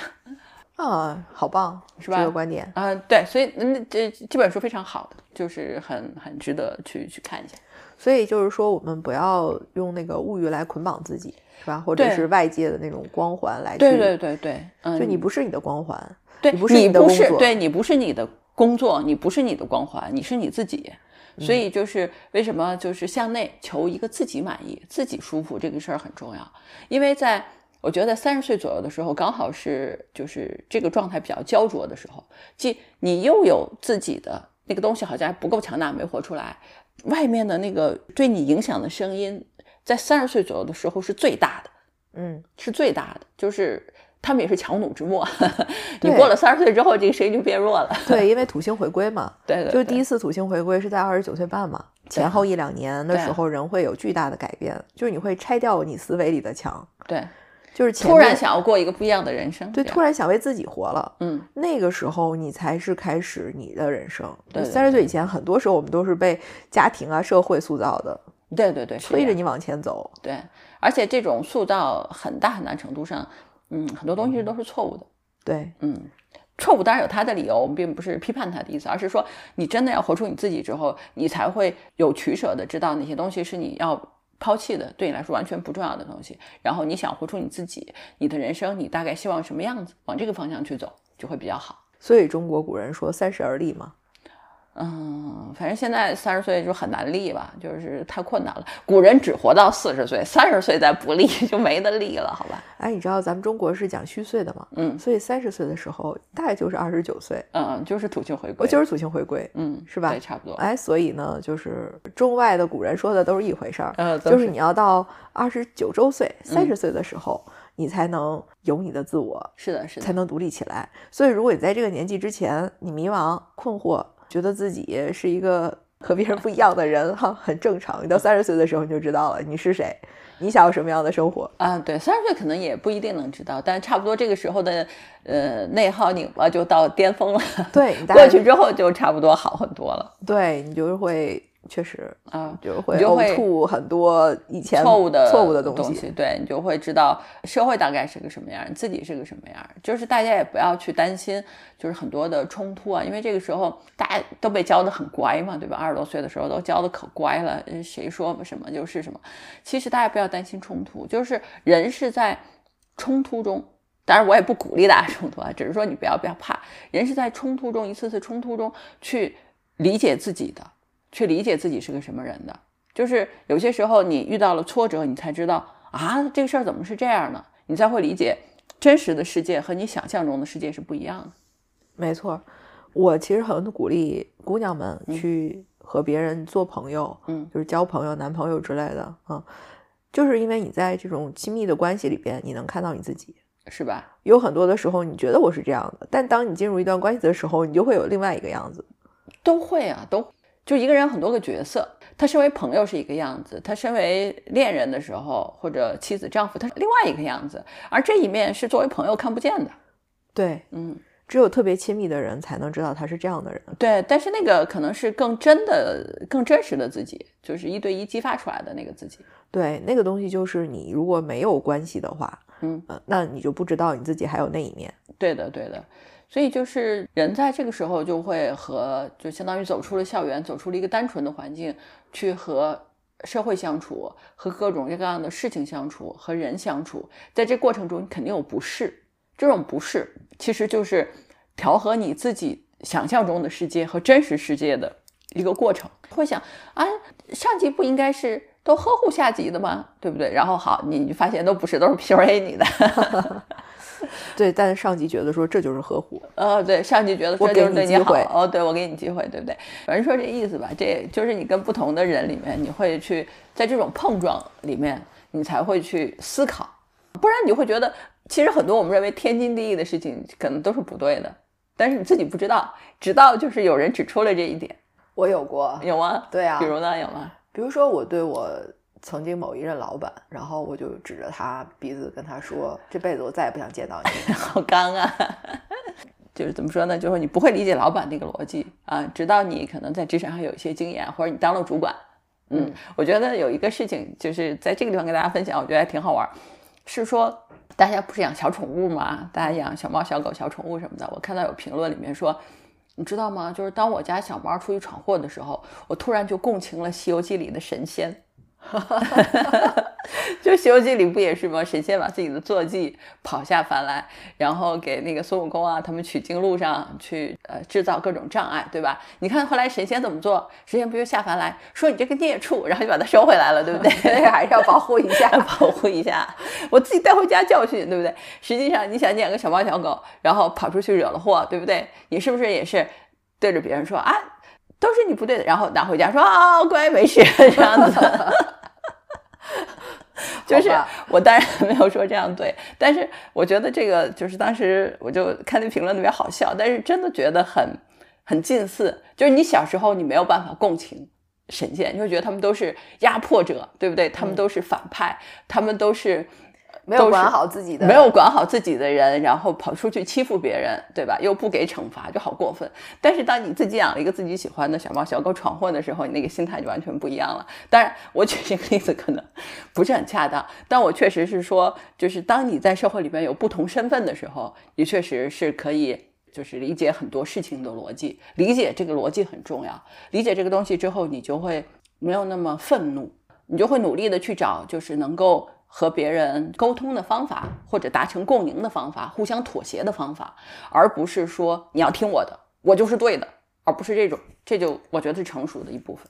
Speaker 2: 啊，好棒，
Speaker 1: 是吧
Speaker 2: 这个观点。
Speaker 1: 啊、对，所以嗯，这这本书非常好的，就是很很值得去去看一下。
Speaker 2: 所以就是说，我们不要用那个物欲来捆绑自己，是吧？或者
Speaker 1: 对
Speaker 2: 是外界的那种光环来去，
Speaker 1: 对对对对，嗯，
Speaker 2: 就你不是你的光环，
Speaker 1: 对，
Speaker 2: 你不是你的工作
Speaker 1: 对你不是你的工作，你不是你的光环，你是你自己。所以就是为什么就是向内求一个自己满意、自己舒服这个事儿很重要，因为在我觉得三十岁左右的时候，刚好是就是这个状态比较焦灼的时候，即你又有自己的那个东西好像还不够强大，没活出来，外面的那个对你影响的声音，在三十岁左右的时候是最大的。
Speaker 2: 嗯，
Speaker 1: 是最大的，就是他们也是强弩之末。 你
Speaker 2: 对
Speaker 1: 过了三十岁之后，这个声音就变弱了。
Speaker 2: 对，因为土星回归嘛，
Speaker 1: 对对，
Speaker 2: 就第
Speaker 1: 一
Speaker 2: 一次土星回归是在二十九岁半嘛，前后一两年的
Speaker 1: 对啊
Speaker 2: 时候，人会有巨大的改变，就是你会拆掉你思维里的墙，
Speaker 1: 对，
Speaker 2: 就是前
Speaker 1: 突然
Speaker 2: 面
Speaker 1: 想要过一个不一样的人生。
Speaker 2: 对，
Speaker 1: 这样
Speaker 2: 突然想为自己活了。
Speaker 1: 嗯，
Speaker 2: 那个时候，你才是开始你的人生。
Speaker 1: 对对
Speaker 2: 三十岁以前，很多时候我们都是被家庭啊、社会塑造的，
Speaker 1: 对对对，是
Speaker 2: 推
Speaker 1: 这
Speaker 2: 着
Speaker 1: 样
Speaker 2: 你往前走。
Speaker 1: 对，而且这种塑造很大很大程度上，嗯，很多东西都是错误的。
Speaker 2: 对，
Speaker 1: 嗯，错误当然有他的理由，我们并不是批判他的意思，而是说你真的要活出你自己之后，你才会有取舍的，知道哪些东西是你要抛弃的，对你来说完全不重要的东西。然后你想活出你自己，你的人生，你大概希望什么样子，往这个方向去走就会比较好。
Speaker 2: 所以中国古人说“三十而立”嘛，
Speaker 1: 嗯，反正现在三十岁就很难立吧，就是太困难了。古人只活到四十岁，三十岁再不立 就没得立了，好吧？
Speaker 2: 哎，你知道咱们中国是讲虚岁的嘛？
Speaker 1: 嗯
Speaker 2: 所以三十岁的时候，大概就是二十九岁，
Speaker 1: 嗯，就是土星回
Speaker 2: 我
Speaker 1: 归，
Speaker 2: 就是是土星回归。
Speaker 1: 嗯，
Speaker 2: 是吧
Speaker 1: 对，差不多。
Speaker 2: 哎，所以呢，就是中外的古人说的都是一回事儿，
Speaker 1: 呃，都嗯
Speaker 2: 就是你要到二十九周岁、三十岁的时候，你才能有你的自我，
Speaker 1: 是的，是的
Speaker 2: 才，能独立起来。所以，如果你在这个年纪之前，你迷茫、困惑，觉得自己是一个和别人不一样的人，哈，很正常。你到三十岁的时候，你就知道了你是谁，你想要什么样的生活。
Speaker 1: 啊，对，三十岁可能也不一定能知道，但差不多这个时候的呃内耗拧巴就到巅峰了，
Speaker 2: 对，你大概
Speaker 1: 过去之后就差不多好很多了
Speaker 2: 对你就是会，确实
Speaker 1: 啊。
Speaker 2: 就是会
Speaker 1: 你就会
Speaker 2: 呕吐很多以前
Speaker 1: 错误的
Speaker 2: 错误的
Speaker 1: 东
Speaker 2: 东西。
Speaker 1: 对你就会知道社会大概是个什么样，你自己是个什么样。就是大家也不要去担心，就是很多的冲突啊，因为这个时候大家都被教的很乖嘛，对吧？二十多岁的时候都教的可乖了，呃谁说什么就是什么。其实大家不要担心冲突，就是人是在冲突中。当然，我也不鼓励大家冲突啊，只是说你不要不要怕，人是在冲突中一次次冲突中去理解自己的，去理解自己是个什么人的。就是有些时候你遇到了挫折，你才知道啊，这个事儿怎么是这样呢？你才会理解真实的世界和你想象中的世界是不一样的。
Speaker 2: 没错，我其实很鼓励姑娘们去和别人做朋友，
Speaker 1: 嗯
Speaker 2: 就是交朋友、男朋友之类的啊、嗯就是因为你在这种亲密的关系里边，你能看到你自己。
Speaker 1: 是吧？
Speaker 2: 有很多的时候，你觉得我是这样的，但当你进入一段关系的时候，你就会有另外一个样子。
Speaker 1: 都会啊，都就一个人很多个角色。他身为朋友是一个样子，他身为恋人的时候或者妻子、丈夫，他是另外一个样子。而这一面是作为朋友看不见的。
Speaker 2: 对，
Speaker 1: 嗯，
Speaker 2: 只有特别亲密的人才能知道他是这样的人。
Speaker 1: 对。但是那个可能是更真的、更真实的自己，就是一对一激发出来的那个自己。
Speaker 2: 对，那个东西就是你如果没有关系的话，
Speaker 1: 嗯
Speaker 2: 呃，那你就不知道你自己还有那一面。
Speaker 1: 对的，对的。所以就是人在这个时候就会和，就相当于走出了校园，走出了一个单纯的环境，去和社会相处，和各种各样的事情相处，和人相处。在这过程中，你肯定有不适，这种不适其实就是调和你自己想象中的世界和真实世界的一个过程。会想啊，上级不应该是都呵护下级的吗？对不对？然后好，你你发现都不是，都是 PUA 你的。
Speaker 2: 对，但上级觉得说这就是合伙。
Speaker 1: 哦，对，上级觉得
Speaker 2: 我
Speaker 1: 这就
Speaker 2: 给
Speaker 1: 是
Speaker 2: 你
Speaker 1: 对
Speaker 2: 机
Speaker 1: 好
Speaker 2: 会，
Speaker 1: 哦，对我给你机会，对不对？反正说这意思吧，这就是你跟不同的人里面，你会去在这种碰撞里面，你才会去思考，不然你会觉得其实很多我们认为天经地义的事情，可能都是不对的，但是你自己不知道，直到就是有人指出了这一点，
Speaker 2: 我有过，
Speaker 1: 有吗？
Speaker 2: 对啊
Speaker 1: 比如呢，有吗？
Speaker 2: 比如说，我对我曾经某一任老板，然后我就指着他鼻子跟他说：“这辈子我再也不想见到你。
Speaker 1: 好刚啊！ 就是怎么说呢？就是你不会理解老板那个逻辑啊，直到你可能在职场上有一些经验，或者你当了主管。嗯，
Speaker 2: 嗯
Speaker 1: 我觉得有一个事情，就是在这个地方跟大家分享，我觉得还挺好玩儿，是说大家不是养小宠物吗？大家养小猫、小狗、小宠物什么的。我看到有评论里面说，你知道吗？就是当我家小猫出去闯祸的时候，我突然就共情了《西游记》里的神仙。 就《西游记》里不也是吗？神仙把自己的坐骑跑下凡来，然后给那个孙悟空啊，他们取经路上去呃制造各种障碍，对吧？你看后来神仙怎么做？神仙不就下凡来说你这个孽畜，然后就把它收回来了，对不 对？”
Speaker 2: 还是要保护 一下
Speaker 1: 保护一下，我自己带回家教训，对不对？实际上你想你养个小猫小狗，然后跑出去惹了祸，对不对？你是不是也是对着别人说啊，都是你不对的，然后拿回家说啊，乖，没事，这样 子。就是
Speaker 2: 好吧
Speaker 1: 我当然没有说这样对，但是我觉得这个就是当时我就看那评论特别好笑，但是真的觉得很很近似，就是你小时候你没有办法共情神仙，你会觉得他们都是压迫者，对不对？他们都是反派，他们都是。
Speaker 2: 嗯没有
Speaker 1: 都是
Speaker 2: 管好自己的，
Speaker 1: 没有管好自己的人，然后跑出去欺负别人，对吧？又不给惩罚，就好过分。但是当你自己养了一个自己喜欢的小猫小狗闯祸的时候，你那个心态就完全不一样了。当然，我举这个例子可能不是很恰当，但我确实是说，就是当你在社会里面有不同身份的时候，你确实是可以。就是理解很多事情的逻辑，理解这个逻辑很重要。理解这个东西之后，你就会没有那么愤怒，你就会努力的去找，就是能够呃和别人沟通的方法，或者达成共赢的方法，互相妥协的方法，而不是说你要听我的，我就是对的，而不是这种，这就我觉得是成熟的一部分。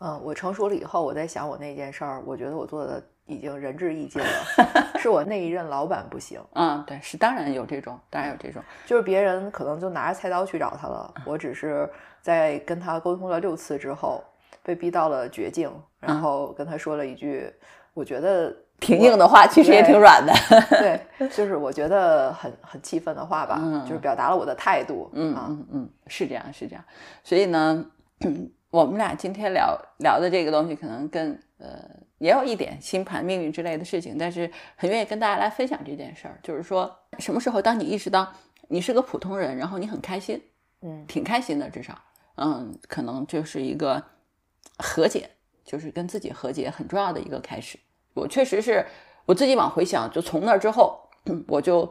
Speaker 2: 嗯，我成熟了以后，我在想我那件事儿，我觉得我做的已经仁至义尽 了，是我那一任老板不行，
Speaker 1: 嗯，对，是当然有这种，当然有这种，
Speaker 2: 就是别人可能就拿着菜刀去找他了，我只是在跟他沟通了六次之后，被逼到了绝境，然
Speaker 1: 嗯
Speaker 2: 后跟他说了一句，我觉得
Speaker 1: 挺硬的话 其实也
Speaker 2: 对
Speaker 1: 挺软的。
Speaker 2: 对，就是我觉得很很气愤的话吧，
Speaker 1: 嗯
Speaker 2: 就是表达了我的态度。
Speaker 1: 嗯
Speaker 2: 啊，
Speaker 1: 嗯嗯，是这样是这样。所以呢， 我们俩今天聊聊的这个东西，可能跟呃也有一点星盘、命运之类的事情，但是很愿意跟大家来分享这件事儿。就是说，什么时候当你意识到你是个普通人，然后你很开心，
Speaker 2: 嗯
Speaker 1: 挺开心的，至少，嗯，可能就是一个和解，就是跟自己和解很重要的一个开始。我确实是我自己往回想，就从那儿之后， 我就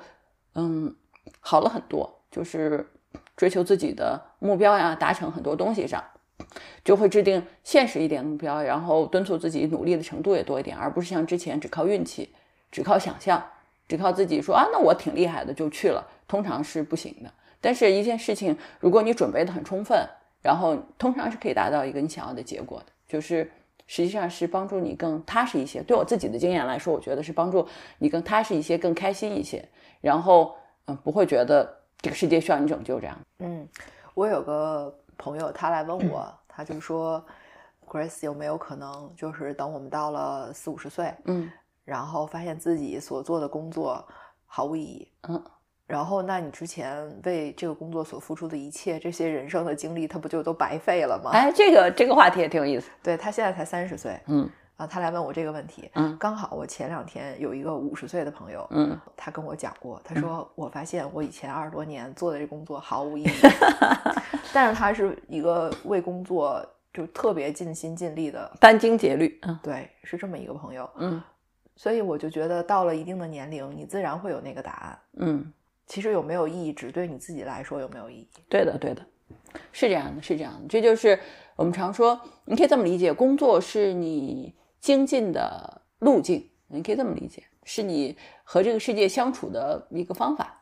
Speaker 1: 嗯好了很多，就是追求自己的目标呀，达成很多东西上，就会制定现实一点的目标，然后敦促自己努力的程度也多一点，而不是像之前只靠运气、只靠想象、只靠自己说啊，那我挺厉害的就去了，通常是不行的。但是，一件事情如果你准备的很充分，然后通常是可以达到一个你想要的结果的，就是实际上是帮助你更踏实一些。对我自己的经验来说，我觉得是帮助你更踏实一些，更开心一些，然后嗯，不会觉得这个世界需要你拯救这样。
Speaker 2: 嗯，我有个朋友，他来问我，他就说，Grace 有没有可能就是等我们到了四五十岁，
Speaker 1: 嗯，
Speaker 2: 然后发现自己所做的工作毫无意义，
Speaker 1: 嗯，
Speaker 2: 然后那你之前为这个工作所付出的一切，这些人生的经历，他不就都白费了吗？
Speaker 1: 哎，这个这个话题也挺有意思。
Speaker 2: 对他现在才三十岁，
Speaker 1: 嗯
Speaker 2: 啊，他来问我这个问题，
Speaker 1: 嗯
Speaker 2: 刚好我前两天有一个五十岁的朋友，
Speaker 1: 嗯，
Speaker 2: 他跟我讲过，他说我发现我以前二十多年做的这工作 毫无意义，但是他是一个为工作就特别尽心尽力的，
Speaker 1: 殚精竭虑。嗯
Speaker 2: 对，是这么一个朋友，
Speaker 1: 嗯
Speaker 2: 所以我就觉得到了一定的年龄，你自然会有那个答案。
Speaker 1: 嗯。
Speaker 2: 其实有没有意义，只对你自己来说有没有意义。
Speaker 1: 对的，对的，是这样的，是这样的，这就是我们常说，你可以这么理解，工作是你精进的路径，你可以这么理解，是你和这个世界相处的一个方法。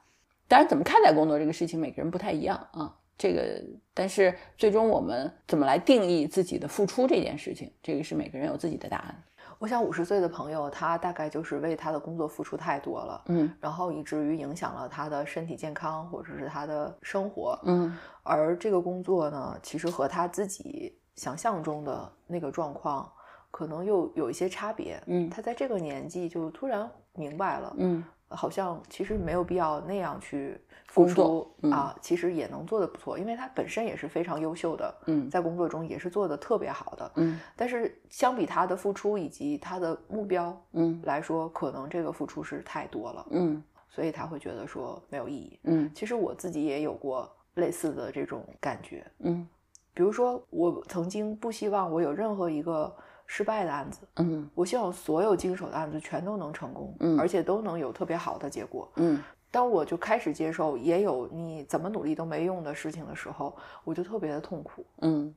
Speaker 1: 当然，怎么看待工作这个事情，每个人不太一样啊。这个，但是最终我们怎么来定义自己的付出这件事情，这个是每个人有自己的答案。
Speaker 2: 我想五十岁的朋友，他大概就是为他的工作付出太多了，
Speaker 1: 嗯
Speaker 2: 然后以至于影响了他的身体健康或者是他的生活。
Speaker 1: 嗯
Speaker 2: 而这个工作呢，其实和他自己想象中的那个状况，可能又有一些差别。
Speaker 1: 嗯
Speaker 2: 他在这个年纪就突然明白了，
Speaker 1: 嗯
Speaker 2: 好像其实没有必要那样去付
Speaker 1: 工
Speaker 2: 出
Speaker 1: 作、嗯
Speaker 2: 啊，其实也能做得不错，因为他本身也是非常优秀的，
Speaker 1: 嗯
Speaker 2: 在工作中也是做得特别好的。
Speaker 1: 嗯
Speaker 2: 但是相比他的付出以及他的目标
Speaker 1: 嗯
Speaker 2: 来说，可能这个付出是太多了，
Speaker 1: 嗯
Speaker 2: 所以他会觉得说没有意义。
Speaker 1: 嗯
Speaker 2: 其实我自己也有过类似的这种感觉，
Speaker 1: 嗯
Speaker 2: 比如说，我曾经不希望我有任何一个失败的案子，
Speaker 1: 嗯
Speaker 2: 我希望所有经手的案子全都能成功，
Speaker 1: 嗯
Speaker 2: 而且都能有特别好的结果。
Speaker 1: 嗯
Speaker 2: 当我就开始接受也有你怎么努力都没用的事情的时候，我就特别的痛苦。
Speaker 1: 嗯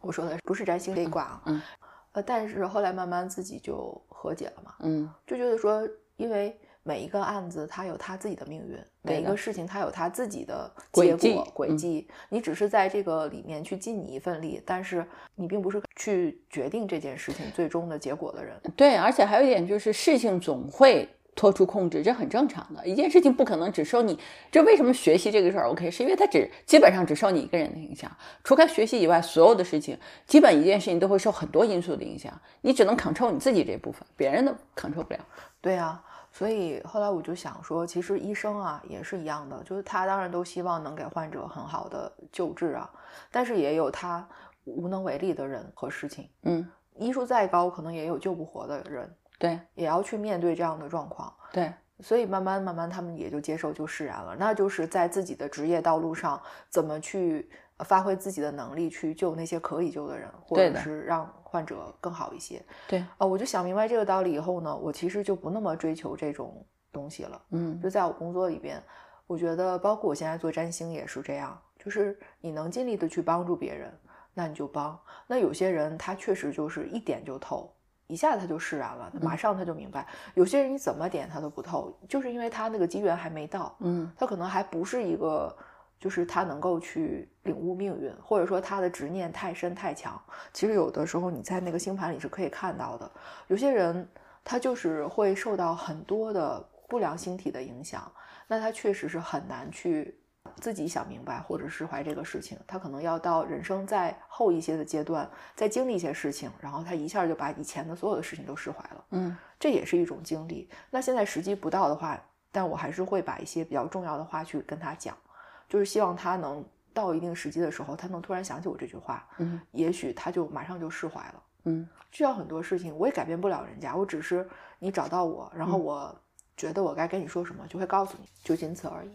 Speaker 2: 我说的不是占星这一卦啊，
Speaker 1: 嗯
Speaker 2: 呃，但是后来慢慢自己就和解了嘛，
Speaker 1: 嗯，
Speaker 2: 就觉得说，因为每一个案子它有它自己的命运，每一
Speaker 1: 对的
Speaker 2: 个事情它有它自己的
Speaker 1: 轨
Speaker 2: 结
Speaker 1: 迹
Speaker 2: 果轨
Speaker 1: 嗯
Speaker 2: 迹，你只是在这个里面去尽你一份力，但是你并不是去决定这件事情最终的结果的人。
Speaker 1: 对，而且还有一点就是，事情总会脱出控制，这很正常的。一件事情不可能只受你，这为什么学习这个事儿 OK？是因为它只基本上只受你一个人的影响，除开学习以外，所有的事情，基本一件事情都会受很多因素的影响，你只能 control 你自己这部分，别人的 control 不了。
Speaker 2: 对啊，所以后来我就想说，其实医生啊也是一样的，就是他当然都希望能给患者很好的救治啊，但是也有他无能为力的人和事情。
Speaker 1: 嗯，
Speaker 2: 医术再高，可能也有救不活的人，
Speaker 1: 对
Speaker 2: 也要去面对这样的状况。
Speaker 1: 对，
Speaker 2: 所以慢慢慢慢，他们也就接受就释然了。那就是在自己的职业道路上，怎么去呃发挥自己的能力，去救那些可以救的人，或
Speaker 1: 对
Speaker 2: 者
Speaker 1: 的
Speaker 2: 是让患者更好一些。
Speaker 1: 对
Speaker 2: 啊、我就想明白这个道理以后呢，我其实就不那么追求这种东西了。
Speaker 1: 嗯
Speaker 2: 就在我工作里边，我觉得包括我现在做占星也是这样，就是你能尽力的去帮助别人，那你就帮。那有些人他确实就是一点就透，一下他就释然了，马上他就明白。有些人你怎么点他都不透，就是因为他那个机缘还没到，
Speaker 1: 嗯
Speaker 2: 他可能还不是一个。就是他能够去领悟命运，或者说他的执念太深太强。其实有的时候你在那个星盘里是可以看到的。有些人他就是会受到很多的不良星体的影响，那他确实是很难去自己想明白或者释怀这个事情。他可能要到人生再后一些的阶段，再经历一些事情，然后他一下就把以前的所有的事情都释怀了，
Speaker 1: 嗯
Speaker 2: 这也是一种经历。那现在时机不到的话，但我还是会把一些比较重要的话去跟他讲，就是希望他能到一定时机的时候，他能突然想起我这句话，
Speaker 1: 嗯
Speaker 2: 也许他就马上就释怀了。
Speaker 1: 嗯
Speaker 2: 需要很多事情，我也改变不了人家，我只是你找到我，然后
Speaker 1: 嗯
Speaker 2: 我觉得我该跟你说什么，就会告诉你，就仅此而已。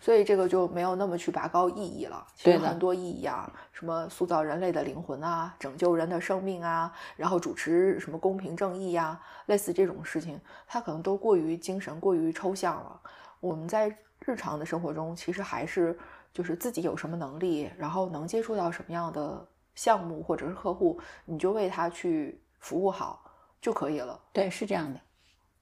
Speaker 2: 所以这个就没有那么去拔高意义了。其实
Speaker 1: 对的
Speaker 2: 很多意义啊，什么塑造人类的灵魂啊，拯救人的生命啊，然后主持什么公平正义呀、类似这种事情，它可能都过于精神、过于抽象了。我们在日常的生活中，其实还是就是自己有什么能力，然后能接触到什么样的项目或者是客户，你就为他去服务好就可以了。
Speaker 1: 对，是这样的。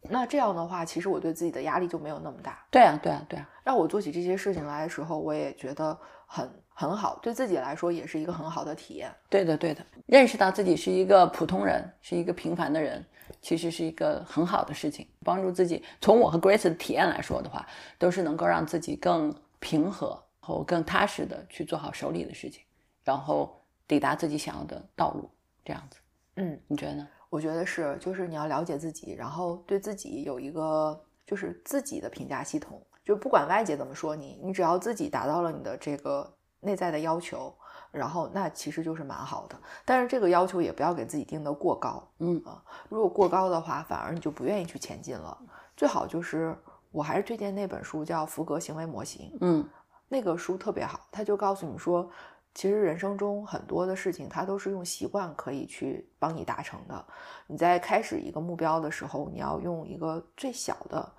Speaker 2: 那这样的话，其实我对自己的压力就没有那么大。
Speaker 1: 对啊，对啊，对啊，
Speaker 2: 让我做起这些事情来的时候，我也觉得很很好，对自己来说也是一个很好的体验。
Speaker 1: 对的，对的。认识到自己是一个普通人，是一个平凡的人，其实是一个很好的事情，帮助自己。从我和 Grace 的体验来说的话，都是能够让自己更平和，然后更踏实的去做好手里的事情，然后抵达自己想要的道路。这样子，
Speaker 2: 嗯，
Speaker 1: 你觉得呢？
Speaker 2: 我觉得是，就是你要了解自己，然后对自己有一个就是自己的评价系统，就不管外界怎么说你，你只要自己达到了你的这个内在的要求，然后那其实就是蛮好的。但是这个要求也不要给自己定得过高，
Speaker 1: 嗯
Speaker 2: 啊，如果过高的话，反而你就不愿意去前进了。最好就是我还是推荐那本书叫《福格行为模型》，
Speaker 1: 嗯
Speaker 2: 那个书特别好，它就告诉你说，其实人生中很多的事情，它都是用习惯可以去帮你达成的。你在开始一个目标的时候，你要用一个最小的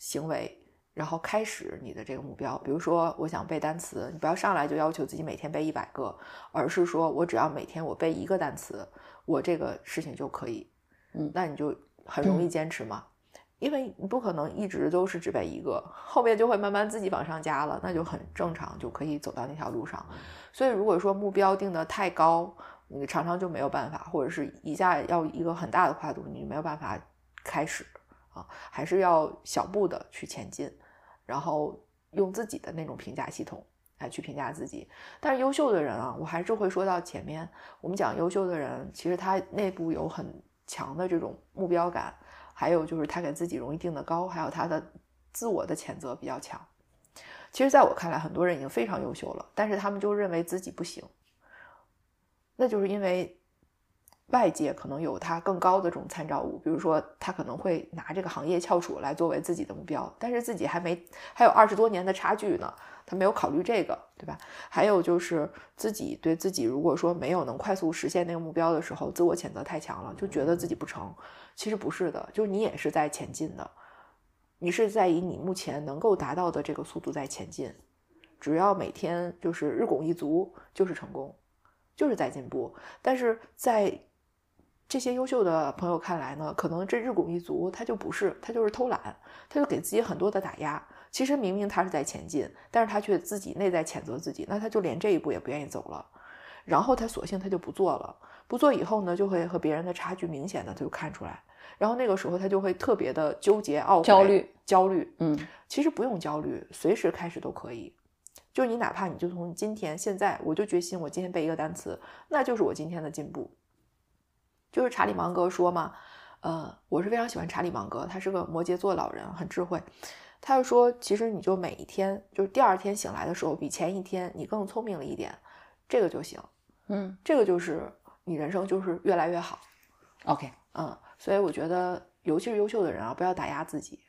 Speaker 2: 行为，然后开始你的这个目标。比如说，我想背单词，你不要上来就要求自己每天背一百个，而是说我只要每天我背一个单词，我这个事情就可以。
Speaker 1: 嗯
Speaker 2: 那你就很容易坚持嘛。因为你不可能一直都是只背一个，后面就会慢慢自己往上加了，那就很正常，就可以走到那条路上。所以如果说目标定得太高，你常常就没有办法，或者是一下要一个很大的跨度，你就没有办法开始啊，还是要小步的去前进，然后用自己的那种评价系统来去评价自己。但是优秀的人啊，我还是会说到前面，我们讲优秀的人，其实他内部有很强的这种目标感，还有就是他给自己容易定的高，还有他的自我的谴责比较强。其实，在我看来，很多人已经非常优秀了，但是他们就认为自己不行，那就是因为外界可能有他更高的这种参照物，比如说他可能会拿这个行业翘楚来作为自己的目标，但是自己还没还有二十多年的差距呢，他没有考虑这个，对吧？还有就是自己对自己，如果说没有能快速实现那个目标的时候，自我谴责太强了，就觉得自己不成。其实不是的，就是你也是在前进的，你是在以你目前能够达到的这个速度在前进。只要每天就是日拱一卒，就是成功，就是在进步。但是在这些优秀的朋友看来呢，可能这日拱一卒，他就不是，他就是偷懒，他就给自己很多的打压。其实明明他是在前进，但是他却自己内在谴责自己，那他就连这一步也不愿意走了，然后他索性他就不做了，不做以后呢，就会和别人的差距明显的他就看出来，然后那个时候他就会特别的纠结、懊悔、
Speaker 1: 焦虑、
Speaker 2: 焦虑，
Speaker 1: 嗯
Speaker 2: 其实不用焦虑，随时开始都可以。就你哪怕你就从今天现在，我就决心我今天背一个单词，那就是我今天的进步。就是查理芒格说嘛，呃，我是非常喜欢查理芒格，他是个摩羯座老人，很智慧。他就说，其实你就每一天，就是第二天醒来的时候，比前一天你更聪明了一点，这个就行。
Speaker 1: 嗯
Speaker 2: 这个就是你人生就是越来越好。
Speaker 1: ，OK，
Speaker 2: 嗯，所以我觉得，尤其是优秀的人啊，不要打压自己，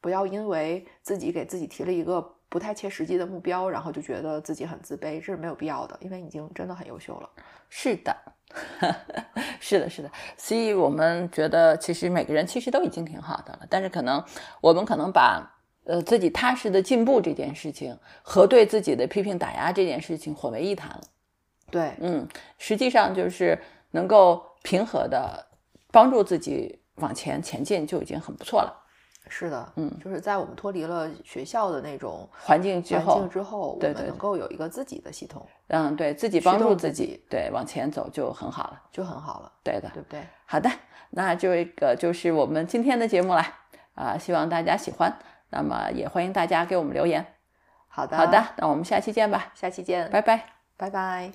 Speaker 2: 不要因为自己给自己提了一个不太切实际的目标，然后就觉得自己很自卑，这是没有必要的，因为你已经真的很优秀了。
Speaker 1: 是的， 是的，是的。所以我们觉得，其实每个人其实都已经挺好的了，但是可能我们可能把呃自己踏实的进步这件事情和对自己的批评打压这件事情混为一谈了。
Speaker 2: 对，
Speaker 1: 嗯，实际上就是能够平和的帮助自己往前前进就已经很不错了。
Speaker 2: 是的，
Speaker 1: 嗯，
Speaker 2: 就是在我们脱离了学校的那种
Speaker 1: 环境之
Speaker 2: 环
Speaker 1: 后
Speaker 2: 境，之后，
Speaker 1: 对
Speaker 2: 我
Speaker 1: 对
Speaker 2: 们能够有一个自己的系统，
Speaker 1: 嗯，对自己帮
Speaker 2: 驱
Speaker 1: 助
Speaker 2: 动
Speaker 1: 自
Speaker 2: 自己
Speaker 1: 己，对往前走就很好了。
Speaker 2: 就很好了，
Speaker 1: 对的，
Speaker 2: 对不对？
Speaker 1: 好的，那这个就是我们今天的节目啦，啊、希望大家喜欢，那么也欢迎大家给我们留言。
Speaker 2: 好的，
Speaker 1: 好的，，那我们下期见吧，
Speaker 2: 下期见，
Speaker 1: 拜拜。
Speaker 2: 拜拜。